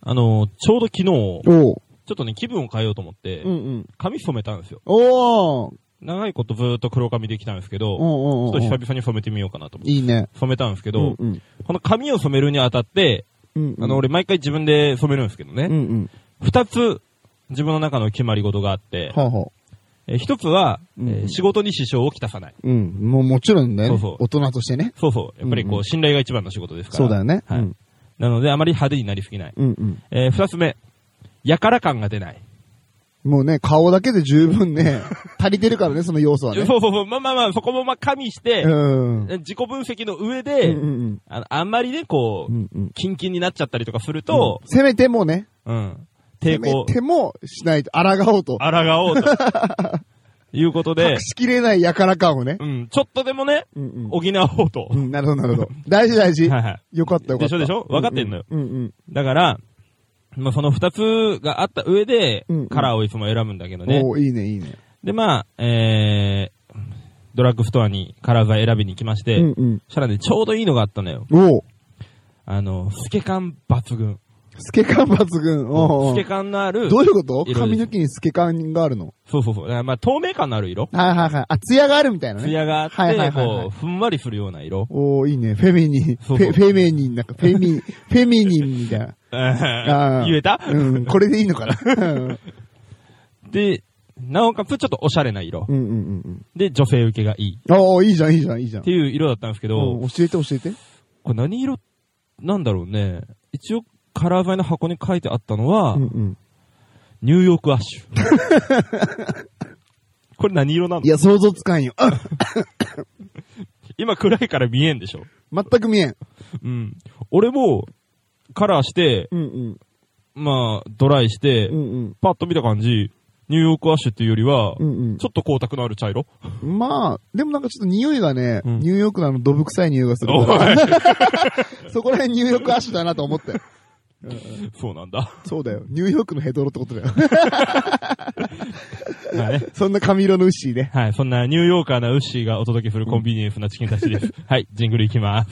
あの、ちょうど昨日、ちょおう。っとね、気分を変えようと思ってうん、うん。髪染めたんですよ。おー長いことずーっと黒髪できたんですけおうど、ちょっおうおとう久々に染めてみようかなと思って。いいね。染めたんですけうどん、うん。この髪を染めるにあたって、うんうんあの、、俺毎回自分で染めるんですけどうんうね、ん。二つ、自分の中の決まり事があって、はあはあ。えー一つは、えーうん仕事に支障をきたさない。うん。もうもちろんね。そうそう大人としてね。そうそう。やっぱりこう、うんうん信頼が一番の仕事ですから。そうだよね。はいうんなので、あまり派手になりすぎない。うんうん。えー二つ目。やから感が出ない。もうね、顔だけで十分 ね、足りてるからね、その要素はね。そうそうそう。まあまあまあ、そこもまあ加味して、うん。うん自己分析の上うで、んあのあんまりね、こうう、んうん。キンキンになっちゃったりとかすると、せめてもね、うん、せ抵め抗、てもしないと、抗おうと。抗おう と。いうことで隠、しきれないやから感をね。うん、ちょっとでもね、うんうん補おうとう。ん、なるほど、なるほど。大事、大事。はいはい。よかった、よかでった。しょでしょ分かってんのよ。うんうん。だから、まあ、その二つがあった上でうんうん、カラーをいつも選ぶんだけどね。おーいいね、いいね。で、まあ、えー、ドラッグストアにカラー剤選びに行きまして、うんうん。そしたらね、ちょうどいいのがあったのよ。おーあの、透け感抜群。透け感抜群。透おーけ感のある、どういうこと色です髪の毛に透け感があるのそうそうそう。まあ、透明感のある色。はいはいはい。あ、ツヤがあるみたいなね。艶があって、はいはいはいはいこう、ふんわりするような色。おーいいね。フェミニン。フそうェそうフェメニン、なんか、フ ェミ、フェミニンみたいな。あー言えた、うん、これでいいのか な。うんで、なおかつちょっとおしゃれな色。うんうんうんで、女性受けがいい。うん。おーいいじゃん、いいじゃん、いいじゃんっ。ていう色だったんですけど、うん教えて教えて。これ何色なんだろうね。一応、カラー剤の箱に書いてあったのは、うんうん。ニューヨークアッシュ。 これ何色なのいや、想像つかんよ。あ今暗いから見えんでしょ。全く見えん。うん。俺も、カラーして、うんうん。まあ、ドライして、うんうん。パッと見た感じ、ニューヨークアッシュっていうよりは、うんちょっと光沢のある茶色 うん。まあ、でもなんかちょっと匂いがね、うんニューヨークのあの、どぶ臭い匂いがするから。 そこら辺ニューヨークアッシュだなと思ったよ。そうなん だ。そうだよ。ニューヨークのヘドロってことだよ。 まあね。そんな髪色のウッシーね。はい。そんなニューヨーカーなウッシーがお届けするコンビニエンスなチキンたち です。はい。ジングルいきます。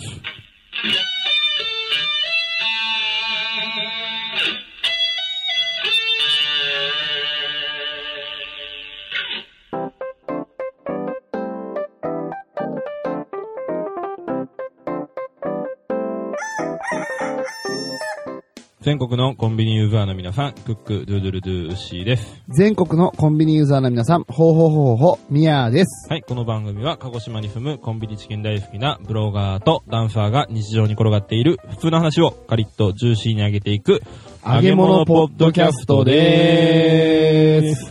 全国のコンビニユーザーの皆さん、クック、ドゥドゥルドゥウッシーです。全国のコンビニユーザーの皆さん、ほうほうほうほう、ミヤーです。はい、この番組は鹿児島に住むコンビニチキン大好きなブロガーとダンサーが日常に転がっている普通の話をカリッとジューシーに上げていく揚げ物ポッドキャストでーす。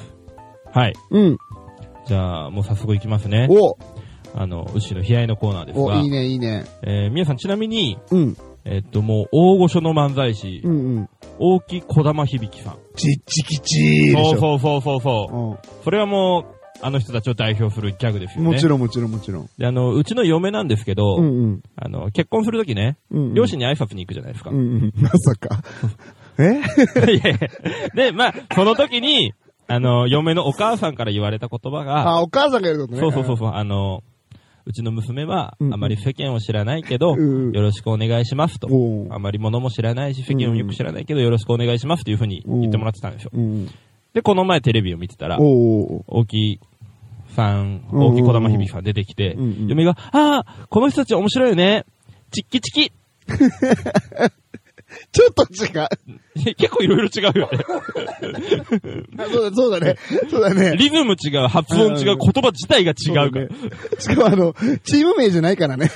はい、うん。じゃあもう早速いきますね。おあの、うしの悲哀のコーナーですお、が、いいね、いいね。えー皆さんちなみに、うん、えっともう大御所の漫才師、うん、うん。大木小玉響さん。ちっちきちーでしそうょ。そうそうそうそう。それはもう、あの人たちを代表するギャグですうよん。ね。もちろん、もちろん、もちろん。で、あの、うちの嫁なんですけど、うん、うんあの、結婚するときね、うん。うん両。親に挨拶に行くじゃないですか。うん、うん。 まさか。え いやいやで、まあ、その時に、あの、嫁のお母さんから言われた言葉が、 あ、お母さんがやるってことね。そうそうそうそう、あの、うちの娘は、あうんまり世間を知らないけど、うんよろしくお願いしますと。おあーまり物も知らないし、世間をよく知らないけど、よろしくお願いしますというふうに言ってもらってたんですよ。うん。で、この前テレビを見てたら、おー大木さん、うん大木小玉響さん出てきてうんうん、嫁が、ああ、この人たち面白いよね。チッキチキ。 ちょっと違う。結構いろいろ違うよね。あそうだ、そうだね。 そうだね。リズム違う、発音違う、言葉自体が違うから。そうだね。しかもあの、チーム名じゃないか らね。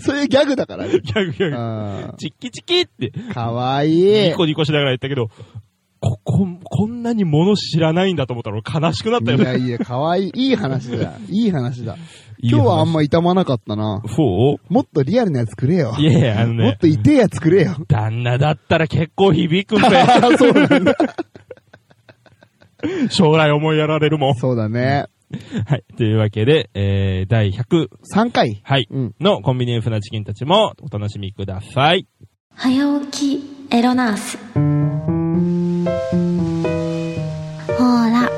そういうギャグだからね。ギャグギャグ。あチッキチキって、ーかわいいニ。コニコしながら言ったけど、こ、こ、こんなに物知らないんだと思ったら俺悲しくなったよいやね。いや、かわいい。いい話だ。いい話だ。今日はあんま。ま痛まなかったな。そもっとリアルなやつくれよう。いやいや、あのもっねと、痛いやつくれよ。旦那だったら結構響くんあ だーそうなんだ。よ将来思いやられるもん。そうだね。はい。というわけで、えー、第100、 3回。はい。うん。のコンビニエンスなチキンたちもお楽しみください。早起きエロナースほーら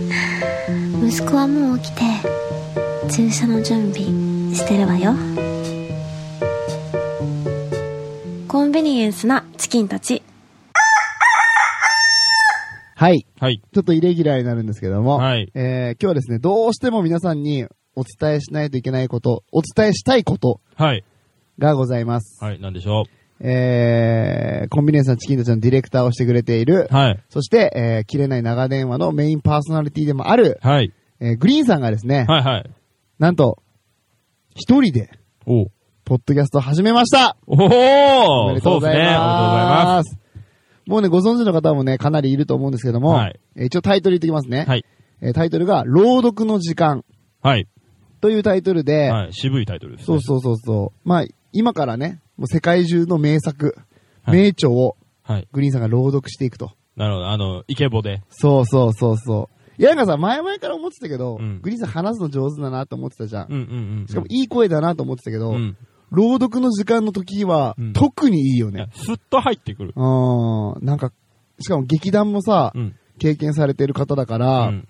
息子はもう起きて注射の準備してるわよコンビベニエンスなチキンたち。はい。はい。ちょっとイレギュラーになるんですけども、はいえー、今日はですね、どうしても皆さんにお伝えしないといけないこと、お伝えしたいことはい。がございます。はい。なんでしょえー、コンビニエンスのチキンたちのディレクターをしてくれている、う。はい。そして、えー、切れない長電話のメインパーソナリティでもある、はい。えー、グリーンさんがですね、はいはい。なんと、一人で、おうポッドキャストを始めましたおおおめでとうごそざいうですね。おめでとうございま。ますす。もうね、ご存知の方もね、かなりいると思うんですけども、はいえー一応タイトル言ってきますね。はい。えータイトルが、朗読の時間はい。というタイトルで、はい。渋いタイトルですそね。うそうそうそう。まあ、今からね、もう世界中の名作、はい名著をはい。グリーンさんが朗読していくと。なるほど。あの、イケボで。そうそうそうそう。いや、なんかさ、前々から思ってたけど、うんグリーンさん話すの上手だなと思ってたじゃん。うんうんうん。しかもいい声だなと思ってたけど、うん。朗読の時間の時は、うん特にいいよいやね。すっと入ってくる。うん、なんか、しかも劇団もさ、うん。経験されてる方だかうら、ん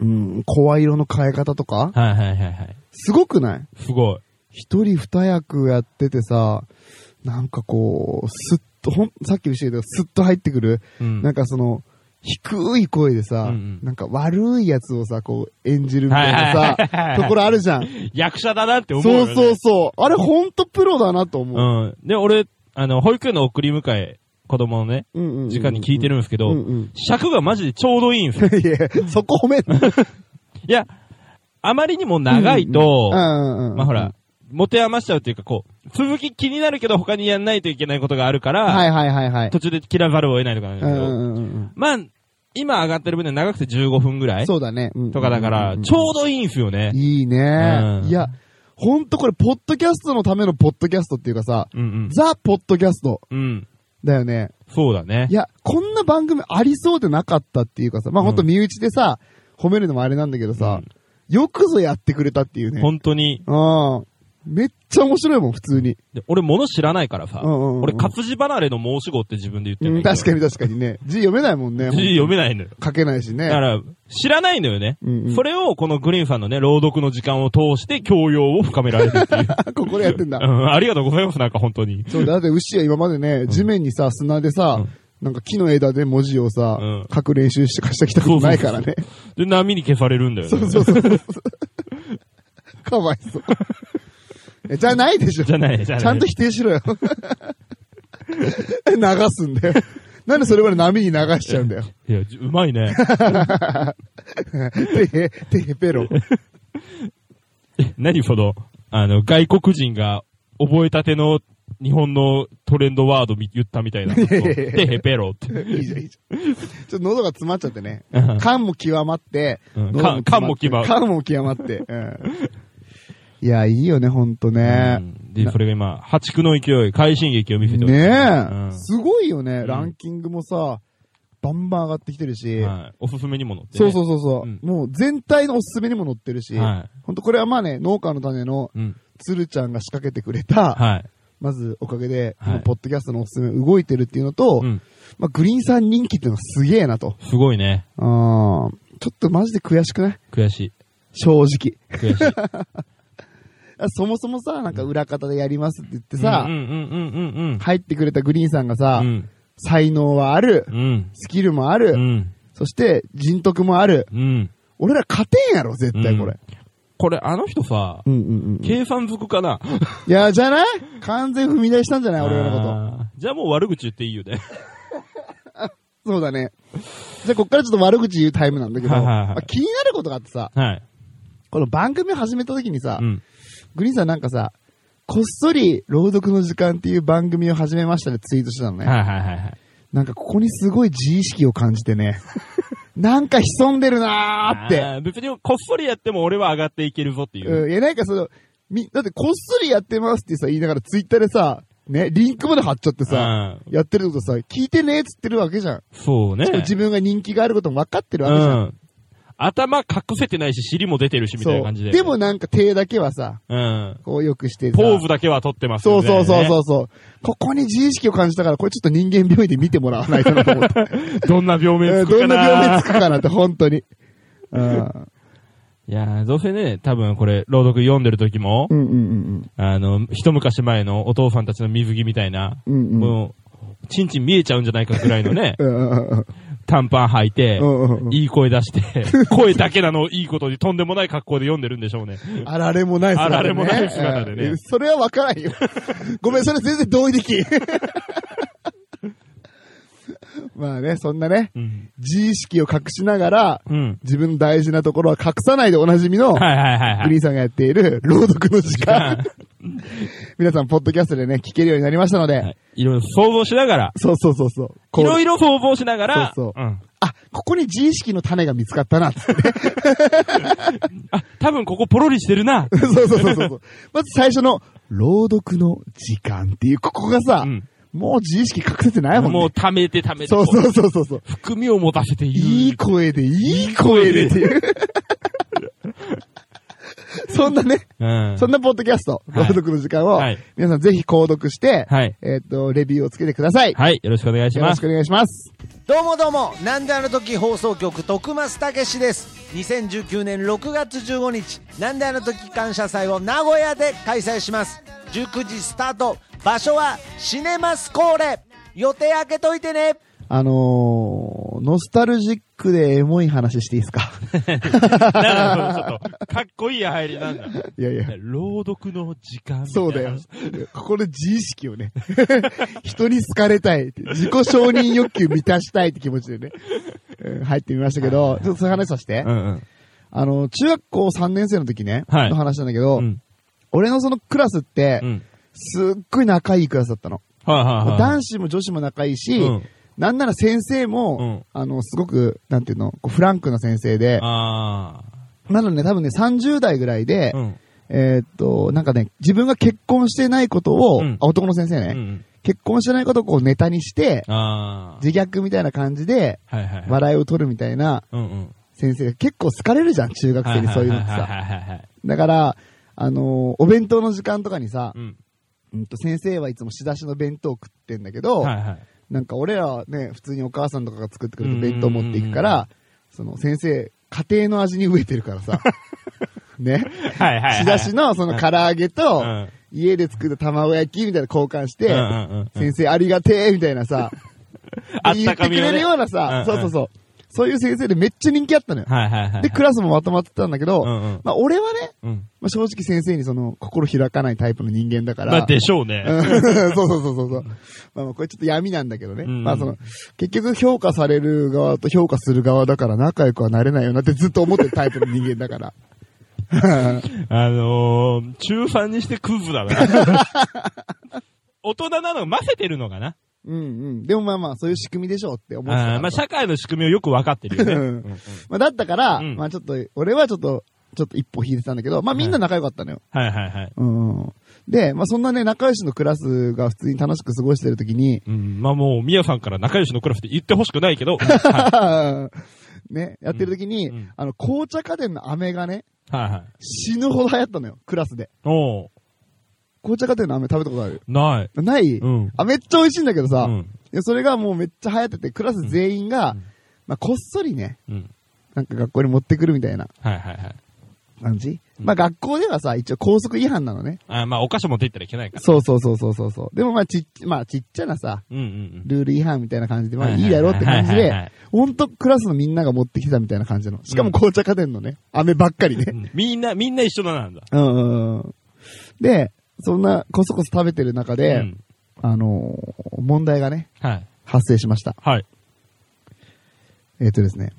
うん、声色の変え方とか、はいはいはいはい。すごくないすごい。一人二役やっててさ、なんかこう、すっと、ほん、さっきも言ったけど、すっと入ってくる、うんなんかその、低い声でさ、うんうんなんか悪いやつをさ、こう、演じるみたいなさ、はいはいはいはい ところあ るじゃん。役者だなって思うそようね。そうそう。あれほんとプロだなと思う。うん。で、俺、あの、保育園の送り迎え、子供のね、うんうんうん時間に聞いてるんですけうど、んうん。 尺がマジでちょうどいいんですよ。いや、そこ褒めんな。いや、あまりにも長いと、うんうんうんまあほら。、持て余しちゃうっていうか、こう、続き気になるけど他にやんないといけないことがあるから、はいはいはいはい。途中で切らざるを得ないとかなんだうけんど、うんうんまあ、今上がってる分で長くて15分ぐらうん。いそうだね。うんとかだから、うんうんうんちょうどいいんすよね。いいね、うんいや、ほんとこれ、ポッドキャストのためのポッドキャストっていうかさ、うんザ・ポッドキャストうん。うん。だよね。そうだね い。や、こんな番組ありそうでなかったっていうかさ、まあ、ほんと身内でさ、褒めるのもあれなんだけどさ、よくぞやってくれたっていうね。本当に。うん。めっちゃ面白いもん、普通に。で俺物知らないからさ、うんうんうんうん俺活字離れの申し子って自分で言ってうるん、確かに。に確かにね。字読めないもん ね。字読めないのよ。書けないしね。だから、知らないのよね。うんうんそれをこのグリーンさんのね、朗読の時間を通して教養を深められるって いう。あ、 ここでやってんだう。ん、ありがとうございます、なんか本当に。そう、だって牛は今までね、地面にさ、砂でさ、うんなんか木の枝で文字をさ、うん書く練習して貸してきたことないからね。で、波に消されるんだよね。そうそうそうそう。 かわいそう。えじゃないでしょ。じゃないじゃないちゃんと否定しろよ。 流すんだよ。なんでそれまで波に流しちゃうんだよ。いや、じうまいね。てへ、てへペロ。え 何その、あの、外国人が覚えたての日本のトレンドワードみ言ったみたいな。 やいやいやてへペロって。いいじゃん、いいじゃん。ちょっと喉が詰まっちゃってねうん。感も極まって、うん喉感も極まる感も極まって。うんいや、いいよね、ほんとねう。んで、それが今、破竹の勢い、快進撃を見せておりねまえ。すすごいようね。んランキングもさ、バンバン上がってきてるうんし。はい。おすすめにも載ってそね。。うそうそうそううんもう全体のおすすめにも載ってるし。はほんとこれはまあね、農家の種のい。うん。鶴ちゃんが仕掛けてくれた、はい。まずおかげで、はいこのポッドキャストのおすすめ動いてるっていうのとう、ん。まあグリーンさん人気っていうのはすげえなと。すごいね。うん。ちょっとマジで悔しくない悔し正直。い。悔しい。あそもそもさ、なんか裏方でやりますって言って さ、うんうんうんうんうん。入ってくれたグリーンさんがさ、うん。才能はある、うん。スキルもある、うん。そして人徳もある。うん。俺ら勝てんやろ、絶対これ。これ、あの人さ、うんうんうん。い計算づくかなや、じゃない完全踏み出したんじゃない俺らのこあーじゃあもう悪口言っていいよね。と。そうだね。じゃあ、こっからちょっと悪口言うタイムなんだけど、はいはいはいまあ気になること があってさ、はい。この番組を始めた時にさ、うん。グリーンさんなんかさ、こっそり朗読の時間っていう番組を始めましたでツイートしてたのね。はいはいはいはい。なんかここにすごい自意識を感じ てね。なんか潜んでるなーって。あー別にこっそりやっても俺は上がっていけるぞっていう。うん、いや、なんかその、み、だってこっそりやってますってさ、言いながらツイッターでさ、ね、リンクまで貼っちゃってさ、うんやってることさ、聞いてねーっつってるわけじゃん。そうね。 しかも自分が人気があることも分かってるわうけじゃん。ん。頭隠せてないし、尻も出てるし、みたいな感じで。でも、なんか手だけはさ、うん。こうよくしてさポーズだけは取ってますそようね。そうそうそうそう。ここに自意識を感じたから、これちょっと人間病院で見てもらわないとなと 思って。どんな病名えつーくどかんな病名なつくかなって、本当に。うん。いやー、どうせね、多分これ、朗読読んでる時も、うんうんうんあの、一昔前のお父さんたちの水着みたいな、うん。うんうん。、もう、ちんちん見えちゃうんじゃないかぐらいのね うん短パン履いて、うんうん。いい声出 して、声だけなのをいいことにとんでもない格好で読んでるんでしょうね。あられもない姿でね。あられもない姿でねうんそれはわからんよ。 ごめん、それ全然同意で きん。まあね、そんなね、うん。自意識を隠しながら、うん。自分の大事なところは隠さないでおなじみの、 はいはいはいはグリーいン。さんがやって いる朗読の時間。皆さん、ポッドキャストでね、聞けるようになりましたので、はいいろいろ想像しながら、そうそうそうそう。こいうろいろ想像しながら、そうそん。あ、ここに自意識の種が見つかっ たな、つってね。あ、多分ここポロリしてるな。そうそうそうそうそう。まず最初の、朗読の時間っていう、ここがさ、うんもう自意識隠せて ないもんね。もう溜めて溜めて。そうこそうそうそうそう。う。含みを持たせている。いい声で、いい声でっていう。 そんなね、うん。そんなポッドキャスト、はい朗読の時間をはい、皆さんぜひ購読して、はい。えっと、レビューをつけてください。はい。よろしくお願いしよろましす。くお願いします。どうもどうもなんであの時放送局徳増たけしです2019年6月15日なんであの時感謝祭を名古屋で開催します19時スタート場所はシネマスコーレ予定開けといてねあのー、ノスタルジックでエモい話していいです かなんだそのちょっと、かっこいい入り なんだ。いやいや。朗読の時間みたいな。そうだよ。ここで自意 識をね、人に好かれたいって、自己承認欲求満たしたいって気持ちでね、うん入ってみましたけど、ちょっとそういう話させてう。んうん。あの、中学校3年生の時ね、はいの話なんだけど、うん。俺のそのクラスってう、ん。すっごい仲いいクラスだったの。はいはいはい。男子も女子も仲いいし、うんなんなら先生も、あの、すごく、なんていうの、こうフランクな先生で、あなのでね、多分ね、30代ぐらいであ。、うん。えーっと、なんかね、自分が結婚してないことを、うんあ男の先生ね、うん。結婚してないことをこうネタにして、あ自虐みたいな感じで、あ。はいはいはい。笑いを取るみたいなうんうん。先生が結構好かれるじゃん、中学生にそういうのってはいはいさ。はいはい。だから、あのーお弁当の時間とかにさう、ん。うんと先生はいつも仕出しの弁当を食ってんだけど、はいはい。なんか俺らはね、普通にお母さんとかが作ってくれうてんうんうん弁当持っていくから、その先生、家庭の味に飢えてるから さ、ね。はいはい。仕出しのその唐揚げとうん、家で作った卵焼きみたいな交換してうんうんうんうん、先生ありがてえみたいなさ、 あっ言ったてかくみをねれるようなさ、うんそううんそうそう。そういう先生でめっちゃ人気あったのよ。はいはいはい。で、クラスもまとまってたんだけど、うんうんまあ俺はね、うん。まあ、正直先生にその心開かないタイプの人間だから。まあでしょうね。うん そうそうそうそうそう。まあまあこれちょっと闇なんだけどね。うんまあその、結局評価される側と評価する側だから仲良くはなれないよなってずっと思ってるタイプの人間だから。あのー、中3にしてクズだな。 大人なの混せてるのかな。 うんうん。でもまあまあそういう仕組みでしょうって思ってたかあら。ーまあ、社会の仕組みをよくわかってるよね。ううんんうんまあだったから、うんまあちょっと、俺はちょっと、ちょっと一歩引いてたんだけど、まあみんな仲良かったのよ。はいはいはい。うん。で、まあそんなね、仲良しのクラスが普通に楽しく過ごしてるときに、うん、まあもう、みやさんから仲良しのクラスって言ってほしくないけ ど、はね、やってるときに、うんうんあの、紅茶家電の飴がね、い、はいはい。死ぬほど流行ったのよ、クラスで。おう紅茶家電の飴食べたことあるない。ない、うんあ、めっちゃ美味しいんだけどさ、うんいやそれがもうめっちゃ流行ってて、クラス全員が、まあこっそりね、うん。なんか学校に持ってくるみたいなはいはいはい。感じ、うんまあ学校ではさ、一応校則違反なのね。あーまあ、お菓子持って行ったらいけないから。そうそうそうそうそうそう。でもまあちっち、まあちっちゃなさ、うんうんルール違反みたいな感じで、まはあいはいいいだろうって感じはいではいはい、ほんとクラスのみんなが持ってきたみたいな感じなの。しかも紅茶家電のね、飴ばっかりねう。ん。みんな、みんな一緒だなんだ。うんうんうん。で、そんなこそこそ食べてる中うで、ん。あのー問題がね、はい。発生しました。はい。えっ、とですね、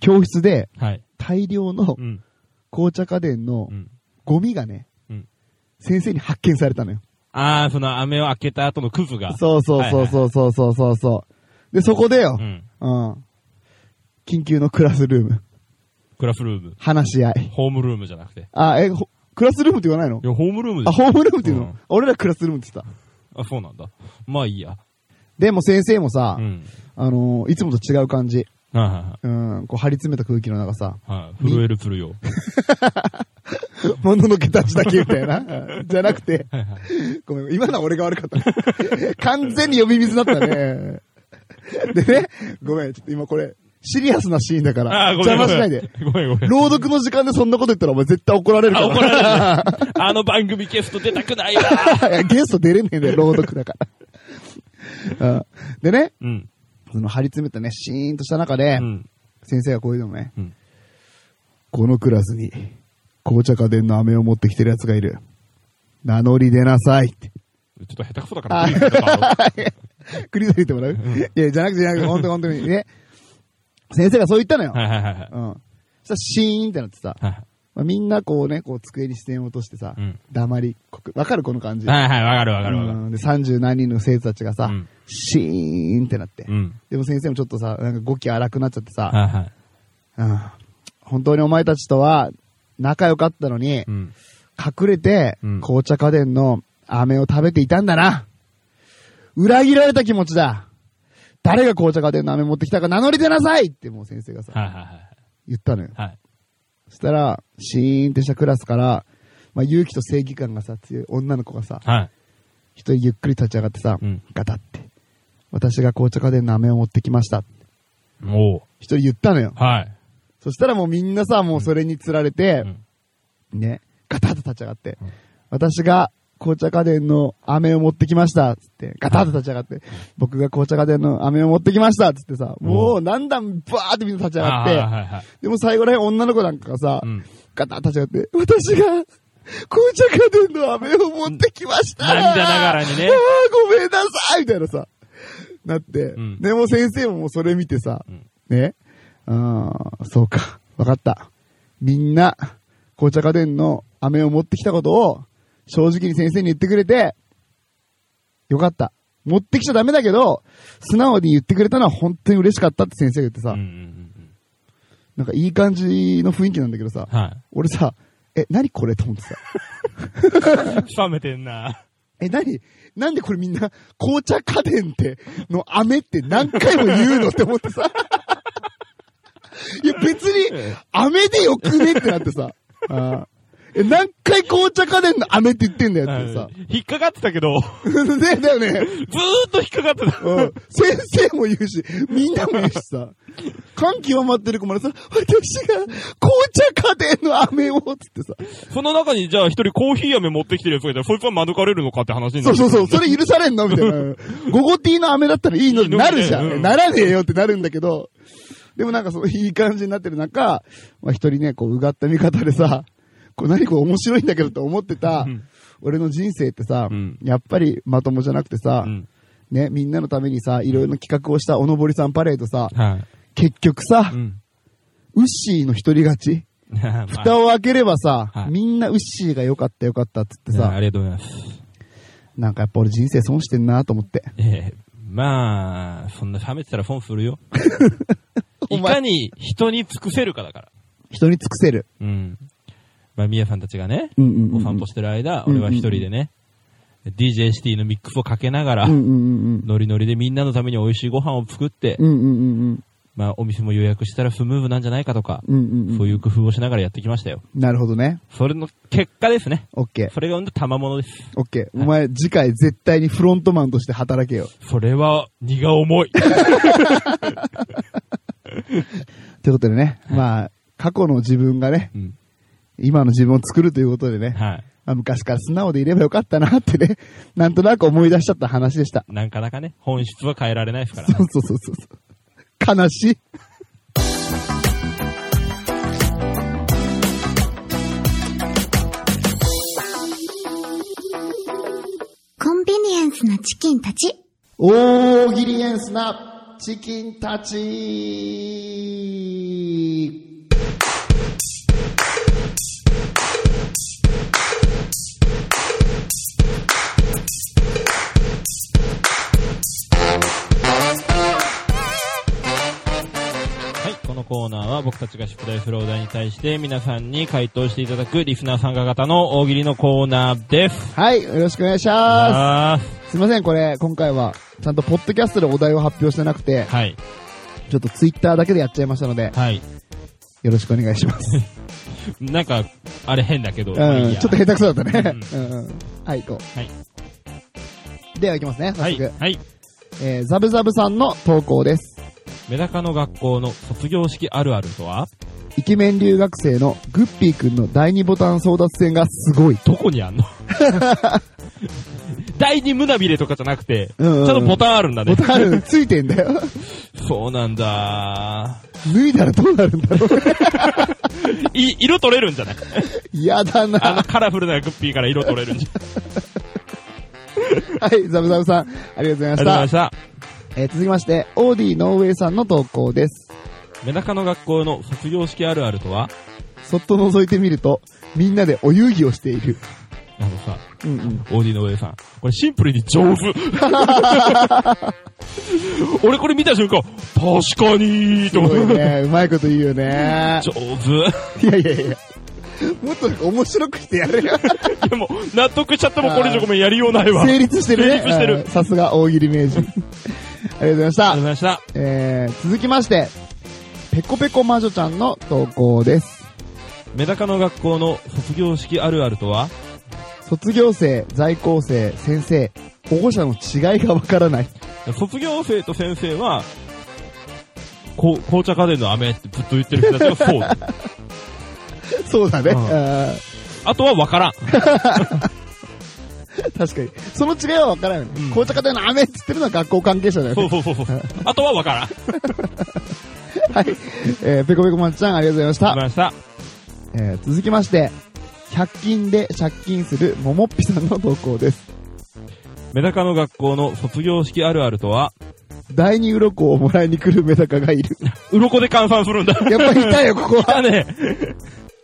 教室ではい。大量のうん。紅茶家電のうん。ゴミがね、うん先生に発見されたのよ。ああ、その飴を開けた後のクズが。そうそうそうそうそうそうそうそう。で、そこでよ、うん。うん。緊急のクラスルーム。クラスルーム。話し合い。ホームルームじゃなくて。あ、え、ほクラスルームって言わないのいや、ホームルームであ、しょホームルームって言ううの、ん俺らクラスルームって言ってた。あ、そうなんだ。まあいいや。でも先生もさ、うん。あのーいつもと違う感じ。はいはうん、こう張り詰めた空気の中さ、いはい。はい。震える震えよ。 もののけたちだけみたいな。じゃなくて、ごめん、今のは俺が悪 かった。完全に呼び水だったね。でね、ごめん、ちょっと今これ、シリアスなシーンだから。あー、ごめ邪ん魔ごめしん。ないで。ごめんごめん。朗読の時間でそんなこと言ったらお前絶対怒られるから。あ怒らあの番組ゲスト出たくないわ。いや、 ゲスト出れねえんだよ、朗読だから。うんでね、うん。その張り詰めたね、シーンとした中で、うん。先生がこういうのもね、うんこのクラスに、紅茶家電の飴を持ってきてる奴がいる。名乗り出なさいって。 ちょっと下手くそだから。栗田に言ってもらう、いや、じゃなくてじ ゃなくて、本当本当にね。先生がそう言ったのよ。はいはいはいはい。うん。そしたらシーンってなってさ、はいまあ、みんなこうね、こう机に視線を落としてさ、うん黙りこく、わかるこの感じ。はいはい、わかるわかるわかる。うんで、30何人の生徒たちがさ、うんシーンってなって。うん。でも先生もちょっとさ、なんか語気荒くなっちゃってさ、はいはい。うん、本当にお前たちとは仲良かったのに、うん。隠れてうん紅茶家電の飴を食べていたんだな。裏切られた気持ちだ。誰が紅茶家電の飴持ってきたか名乗り出なさいってもう先生がさ、はいはいはい。言ったのよ。はい。そしたら、シーンってしたクラスから、まあ、勇気と正義感がさ、強い女の子がさ、はい。一人ゆっくり立ち上がってさ、うんガタって。私が紅茶家電の飴を持ってきました。おう。一人言ったのよ。はい。そしたらもうみんなさ、もうそれにつられてう、んね、ガタッと立ち上がって、うん私が紅茶家電の飴を持ってきました、つって、ガタッと立ち上がって、僕が紅茶家電の飴を持ってきました、つってさ、もう何段バーってみんな立ち上あーはいがって、はいはい。でも最後らへん女の子なんかがさ、うんガタッと立ち上がって、私が、紅茶家電の飴を持ってきました涙ながらにねああ、ごめんなさいみたいなさ、なって、んでも先生ももうそれ見てさ、んね、ああ、そうか、わかった。みんな、紅茶家電の飴を持ってきたことを、正直に先生に言ってくれて、よかった。持ってきちゃダメだけど、素直に言ってくれたのは本当に嬉しかったって先生が言ってさ、うんうんうんなんかいい感じの雰囲気なんだけどさ、うん。はい。俺さ、え、何これと思って さ。冷めてんな。え、何なんでこれみんな、紅茶家電って、の飴って何回も言うのって思っ てさ。いや、別に、飴でよくねってなってさ。あーえ、何回紅茶家電の飴って言ってんだよってさ。引っかかってたけど、ずね、 だよね。ーっと引っかかってた。うん。先生も言うし、みんなも言うし さ。感極まってる子もさ、私が紅茶家電の飴を、つってさ。その中にじゃあ一人コーヒー飴持ってきてるやつがいたら、そいつは免れるのかって話になそうる。そうそう、それ許されんのみたいな。 ゴゴティーの飴だったらいいのになるじいいゃのにん。ねならねえよってなるんだけど、でもなんかそのいい感じになってる中、まあ一人ね、こううがった見方でさ、こう何これ面白いんだけどと思ってた、ん俺の人生ってさ、うんやっぱりまともじゃなくてさ、うんね、みんなのためにさ、いろいろな企画をしたおのぼりさんパレードさ、はい。結局さ、うん。ウッシーの一人勝ち蓋蓋を開ければさ、はいみんなウッシーが良かった良かったっつってさあ、さあ、りがとうございます。なんかやっぱ俺人生損してんなと思って。ええまあ、そんな冷めてたら損するよ。 おい前かに人に尽くせるかだから。人に尽くせる。うん。まあ、みやさんたちがね、うんうんうんお散歩してる間、うんうん俺は一人でね、DJ シティのミックスをかけながら、うんうんうんノリノリでみんなのために美味しいご飯を作って、うん。うんうんうんまあ、お店も予約したらスムーズなんじゃないかとか、うん。うんうん。そううんいう工夫をしながらやってきましたよ。なるほどね。それの結果ですね。オッケー。それが生んだ賜物です。オッケー。お前、次回絶対にフロントマンとして働けよ。それは、荷が重い。ということでね、まあ、過去の自分がね、うん。今の自分を作るということでね、 はい。まあ、昔から素直でいればよかったなってね、 なんとなく思い出しちゃった話でした。なかなかね、本質は変えられないですからそうそうそうそう。悲しい。コンビニエンスなチキンたち。大喜利エンスなチキンたち。はい、このコーナーは僕たちが宿題フロー題に対して皆さんに回答していただくリスナー参加型の大喜利のコーナーです。はい、よろしくお願いします。あすいません、これ、今回は、ちゃんとポッドキャストでお題を発表してなくてー、はい、ちょっとツイッターだけでやっちゃいましたので、はい。よろしくお願いします。なんか、あれ変だけど、うまあ いいん、やちょっと下手くそだったね。ううんうんはい、行こう。はいでは行きますね、は早い、速。はい、えーザブザブさんの投稿です。メダカの学校の卒業式あるあるとはイケメン留学生のグッピーくんの第二ボタン争奪戦がすごい。どこにあん の第二胸びれとかじゃなくて、うんうんうんちゃんとボタンあるんだねボ。タンある、ついてんだよ。 そうなんだ。脱いだらどうなるんだろう。 い、色取れるんじゃない嫌だな。あのカラフルなグッピーから色取れるんじゃないはい、ザブザブさあん、ありがとうございまりがとうしございたま。した。えー続きまして、オーディノーウェイさんの投稿です。メダカの学校の卒業式あるあるとはそっと覗いてみると、みんなでお遊戯をしている。あのさ、うんうん。オーディの上さん。これシンプルに上 手。俺これ見た瞬間、確かにーすと思ごいって。ね、うまいこと言うよね。上手。いやいやいや。もっと面白くしてやれ よ。でも、納得しちゃってもこれ以上ごめんやりようないわ。ありが成とう立してるね。成立してるうんさすが大喜利名人。ありがとうございごましざたい。ました。えー、続きまして、ペコペコ魔女ちゃんの投稿です。メダカの学校の卒業式あるあるとは卒業生、在校生、先生、保護者の違いがわからない。卒業生と先生は、こう紅茶家電の飴ってずっと言ってる人たちが そう。そうだね。うんああとは分からん。ー確かに。その違いはわからなんい、紅茶家庭の雨って言ってるのは学校関係者だよそねう。そうそうそう。あとは分 からん。ありはい。えー、ペコペコ魔女ちゃんありがとうございましがとうござたい。ました。えー、続きまして、100均で借金するももっぴさんの投稿です。メダカの学校の卒業式あるあるとは、第二鱗をもらいに来るメダカがいる。鱗で換算するんだ。やっぱりいたよ、ここだは。ね。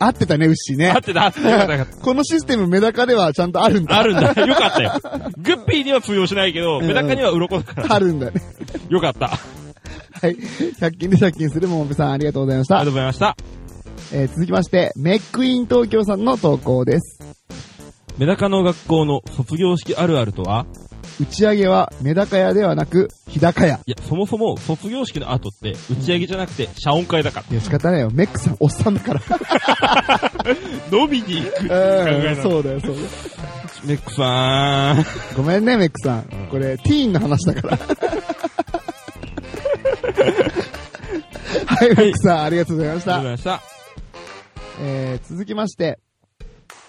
合ってたね、牛ね合っ。て た、合ってた、よかったよかっこのシステムメダカではちゃんとあるんた。だ。あるんだ。よかったよ。グッピーには通用しないけど、うんメダカには鱗だから。あるんだね。よかった。あはい。100均で借金するももっぴさんありがとうございましりがたとう。ございました。えー、続きまして、メックイン東京さんの投稿です。メダカの学校の卒業式あるあるとは打ち上げはメダカ屋ではなく、日高屋。いや、そもそも卒業式の後って、打ち上げじゃなくて、謝恩会だから。いや、仕方ないよ。メックさん、おっさんだから。飲みに行くっていう考えなのそうだよ、そうだよ。メックさーん。ごめんね、メックさん。これ、ティーンの話だから。はい、メックさん、ありがとうございましありがとうござた。いました。えー、続きまして、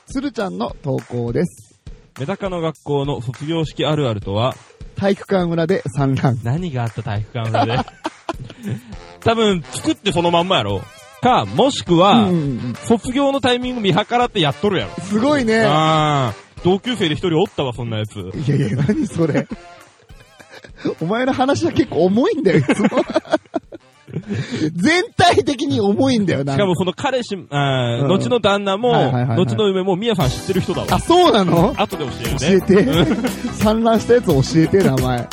つるちゃんの投稿です。メダカの学校の卒業式あるあるとは、体育館裏で産卵。何があった体育館裏で。 多分、作ってそのまんまやろ。か、もしくは、うんうんうん卒業のタイミング見計らってやっとるやろ。すごいね。ああ、同級生で一人おったわ、そんなやつ。いやいや、何それ。お前の話は結構重いんだよ、い つも。全体的に重いんだよな。しかもその彼氏、あーうん後の旦那も、はいはいはいはい後の嫁も、みやさん知ってる人だわあ、。そうなの後で教教えるえね。て。産卵したやつ教えて、名前。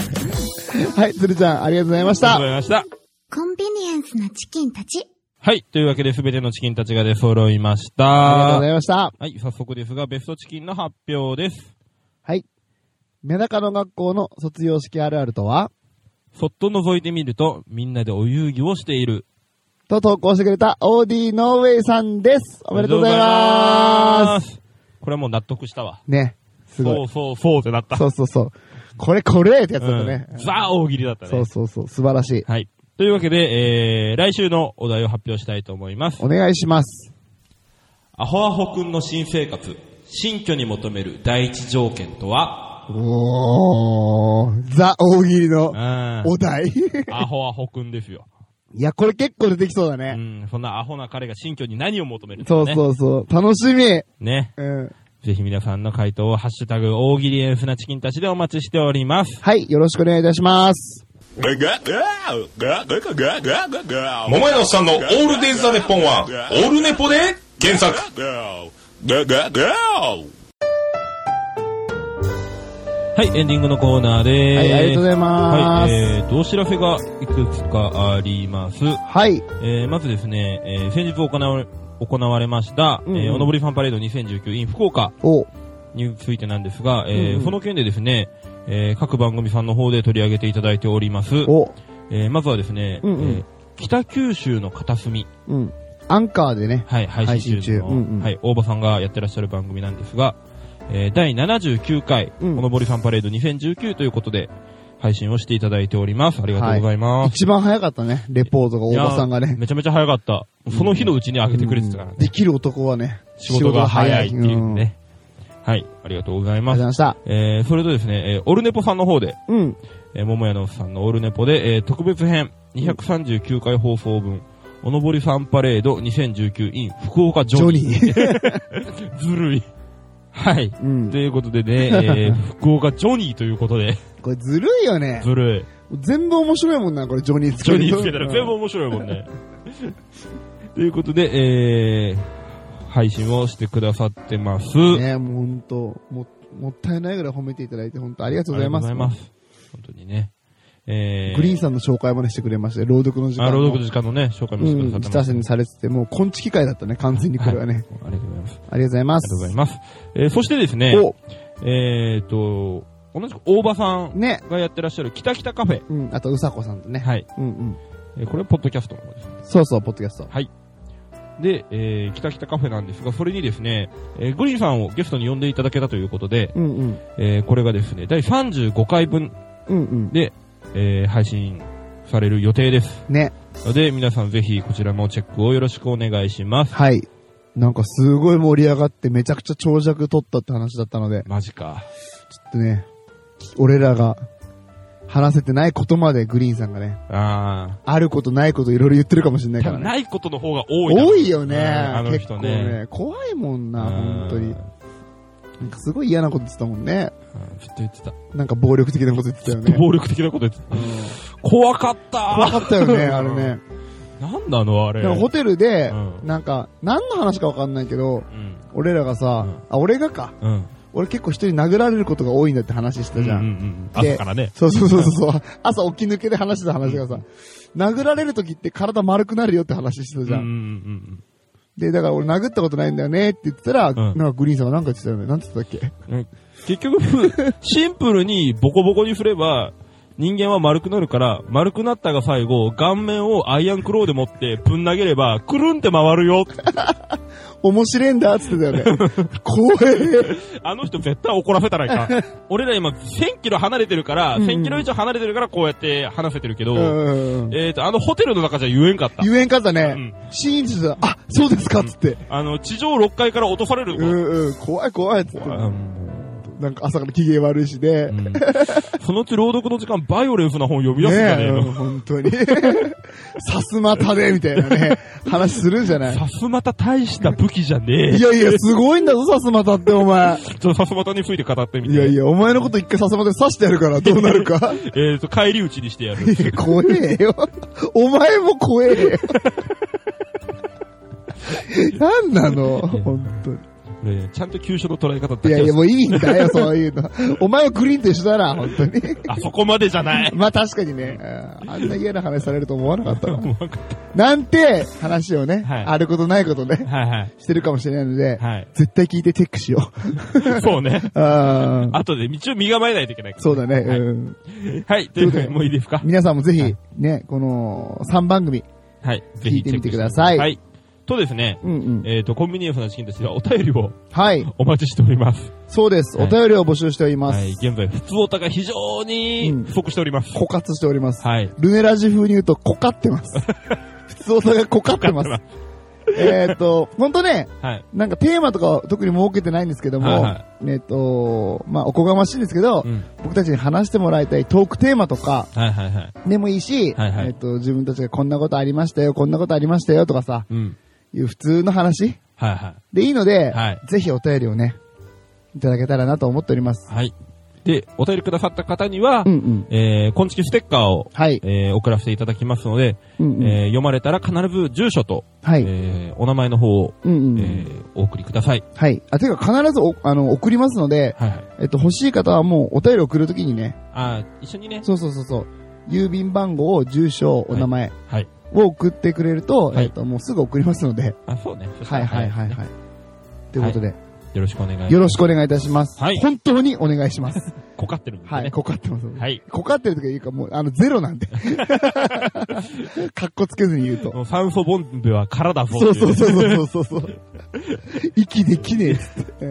はい、鶴ちゃん、ありがとうございましありがとうござた。いました。コンビニエンスなチキンたち。はい。というわけで、すべてのチキンたちが出揃いましありがとたうござ。いました。はい。早速ですが、ベストチキンの発表です。はい。メダカの学校の卒業式あるあるとはそっと覗いてみると、みんなでお遊戯をしている。と投稿してくれた OD ノーウェイさんです。おめでとうございおま。めでとうございますす。これはもう納得したわ。ね、すごそ。いうそうそうってなった。そうそうそう。これこれだよってやつだったね。うんザ大喜利だったね。そうそうそう、素晴らしい。はい。というわけで、えー、来週のお題を発表したいと思います。お願いします。アホアホくんの新生活、新居に求める第一条件とは、おー、ザ・大喜利のうん、アお題。いホアホくんですよ。や、これ結構出てきそうだうね。ん、そんなアホな彼が新居に何を求めるそのうかね。そうそう。楽しみ。ね。うん。ぜひ皆さんの回答をハッシュタグ、大喜利エンスなチキンたちでお待ちしております。はい、よろしくお願いいたします。桃屋のおっさんのオールデイズ・ザ・ネッポンは、オールネポで原作。はい、エンディングのコーナーでーす。はい、ありがとうございまはい、す。えーと、お知らせがいくつかあります。はい、えーまずですね、えー先日行われ、行われました、うんうんえーおのぼりファンパレード 2019in 福岡お、についてなんですが、えーうんうんその件でですね、えー各番組さんの方で取り上げていただいております。お、えーまずはですね、うんうんえー北九州の片隅、うん。アンカーでね。はい、配信中の、配信中うんうんはい、大場さんがやってらっしゃる番組なんですが、えー第79回、うんおのぼりファンパレード2019ということで、配信をしていただいております。ありがとうございます。一番早かったね、レポートが大いや場さんがね。めちゃめちゃ早かった。その日のうちに上げてくれてたからうねんで。きる男はね、仕事が早いってい仕事うが早いんね。はい。ありがとうございあまりがとうござす。いました。えー、それとですね、えー、オルネポさんの方で、うん。えー、桃屋のおっさんのオルネポで、えー、特別編239回放送分、おのぼりさんパレード 2019in 福岡ジジョョニー。ニー。 ずるい。はい。うんと。いうことでね、えー、福岡ジョニーということで、これずるいよね。ずるい。全部面白いもんな、これジョニーつジけョるニーつけたら全部面白いもんね。ということで、えー、配信をしてくださってます。うんねもう本当も、もったいないぐらい褒めていただいて、本当ありがとうございます。ありがとうございます。本当にね。えー、グリーンさんの紹介までしてくれまして、朗読の時間あ、の。朗読の時間のね、紹介もしてくださうっん、てスまタす。セにされてて、もう、根治機会だったね、完全にこれはね。ありがとうございます。あありがとうございまりがとうございす。ます。えー、そしてですね、えーと、同じく大場さおんね。がやってらっしゃるキタキタカフェ。うん、あと、うさこさんとね。はい。うんうん。えーこれポッドキャストの方です。そうそう、ポッドキャスト。で、えー、キタキタカフェなんですが、それにですね、えーグリーンさんをゲストに呼んでいただけたということで、うんうん。えーこれがですね、第35回分うんうん。で、えー配信される予定です。ね。ので、皆さんぜひこちらもチェックをよろしくお願いします。はい。なんか、すごい盛り上がって、めちゃくちゃ長尺取ったって話だったので、マジか。ちょっとね、俺らが、話せてないことまでグリーンさんがね、ああることないこといろいろ言ってるかもしれなー。いか多ら分ね。ないことの方が多いな多いようんね。あの結人構ね。ね。怖いもんな、本当うにん。なんかすごい嫌なこと言ってたもんね。うんずっと言ってた。なんか暴力的なこと言ってたよ ずっとね。暴力的なこと言ってた。怖かった怖かったよね、うんあれね。なんなのあれ。なんかホテルでう、んなんか、何の話かわかんないけど、うん。俺らがさうん、あ、俺がか。うん。俺結構人に殴られることが多いんだって話してたじゃ。うんうんんうん。で朝からね。そうそうそうそう。朝起き抜けで話してた話がさ、殴られる時って体丸くなるよって話してたじゃうんん。うんで、だから俺殴ったことないんだよねって言ってたら、なんかグリーンさんがなんか言ってたよね。なんて言ってたっけうんうん。結局、シンプルにボコボコにすれば、人間は丸くなるから、丸くなったが最後、顔面をアイアンクローで持ってぶん投げれば、くるんって回るよ。面白いんだって言ってたよね。 怖え。あの人絶対怒らせたらいかん。 俺ら今、1000キロ離れてるから、うん1000キロ以上離れてるから、こうやって話せてるけど、うん。えーと、あのホテルの中じゃ言えんかった。言えんかったね。うんシーンってたらあ、そうですかっつって。あの、地上6階から落とされるうの。んうん、怖い怖いっつって。うんなんか朝から機嫌悪いしね。うんそのうち朗読の時間、バイオレンスな本読み出ねすんじゃねえ、えうのん、。本当に。 さすまたで、みたいなね、話するんじゃないさすまた大した武器じゃねえ。いやいや、すごいんだぞ、さすまたって、お前。ちょっとさすまたについて語ってみて。いやいや、お前のこと一回さすまたで刺してやるから、どうなるか。えーと、帰り討ちにしてやる。いや怖えよ。お前も怖えよ。なんなの本当俺に。ねちゃんと急所の捉え方だいけやいや、はもういいんだよ、そういうの。お前はグリーンと一緒だな、本当に。あそこまでじゃない。 まあ確かにね、うんあんな嫌な話されると思わなかったわ。もう分かっなんて話をね、はいあることないことたね、はいはい。してるかもしれないので、はい。絶対聞いてチェックしよ そうね。う。あーあとで道を身構えないといけないから。そうだね、はいうんはい。ということで、もういいですか皆さんもぜはひい、ね、この3番組、はい。ぜひ聞いてみてチェックしくださいはい。とですね、うんうんえっと、コンビニエンスなチキンたちではお便りをはい、お待ちしております。そうです。はおい便りを募集しておりまはい。す。現在、普通オタが非常にうん不足しております。枯渇しております。はい。ルネラジ風に言うと、こかっ てます。普通お互いこかってますこかっ。えっと、ほんとね、はい。なんかテーマとかは特に設けてないんですけども、はいはえっ、と、まあ、おこがましいんですけど、うん。僕たちに話してもらいたいトークテーマとかはいはいはい。でもいいし、はいはいえっ、と、自分たちがこんなことありましたよ、こんなことありましたよとかさ、うん。いう普通の話はいはい。でいいので、はいぜひお便りをね、いただけたらなと思っております。はい。で、お便りくださった方には、うんうん。えー、昆虫ステッカーを、はい。えー、送らせていただきますので、うんうん。えー、読まれたら必ず住所と、はい。えー、お名前の方を、うんえうん。ー、お送りください。はい。あ、ていうか必ずお、あの、送りますので、はいはい。えっと、欲しい方はもうお便り送るときにね、あー、一緒にね。そうそうそうそう、郵便番号、住所、お名前、はい。を送ってくれると、はいえっと、もうすぐ送りますので、あ、そうね。そしたはらいはいはいはい。ということで、よろしくお願いします。よろしくお願いいたします。はい本当にお願いします。こかってるんでね。はい、こかってます。はい。こかってるとかいうか、もう、あの、ゼロなん で。かっこつけずに言うと。もう酸素ボンベは空だぞっていそうね。そうそうそうそうそう。息できねえっつって。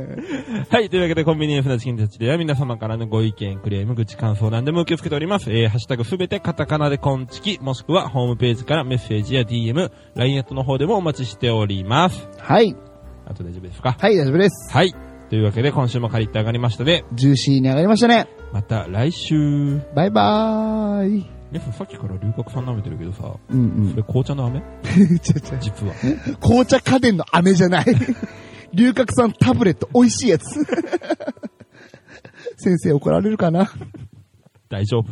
はい、というわけでコンビニエンスなチキンたちでは皆様からのご意見、クレーム、愚痴、感想、何でも受け付けております。えー、ハッシュタグすべてカタカナでコンチキ、もしくはホームページからメッセージや DM、LINE アットの方でもお待ちしております。はい。あと大丈夫ですかはい、大丈夫です。はい。というわけで今週も借りて上がりましたね。ジューシーに上がりましたね。また来週。バイバーイ。皆さんさっきから龍角さん舐めてるけどさ、うんそれ紅茶の飴うん。ちょちょ実は。紅茶家電の飴じゃない。龍角散タブレット、美味しいやつ。先生怒られるかな大丈夫。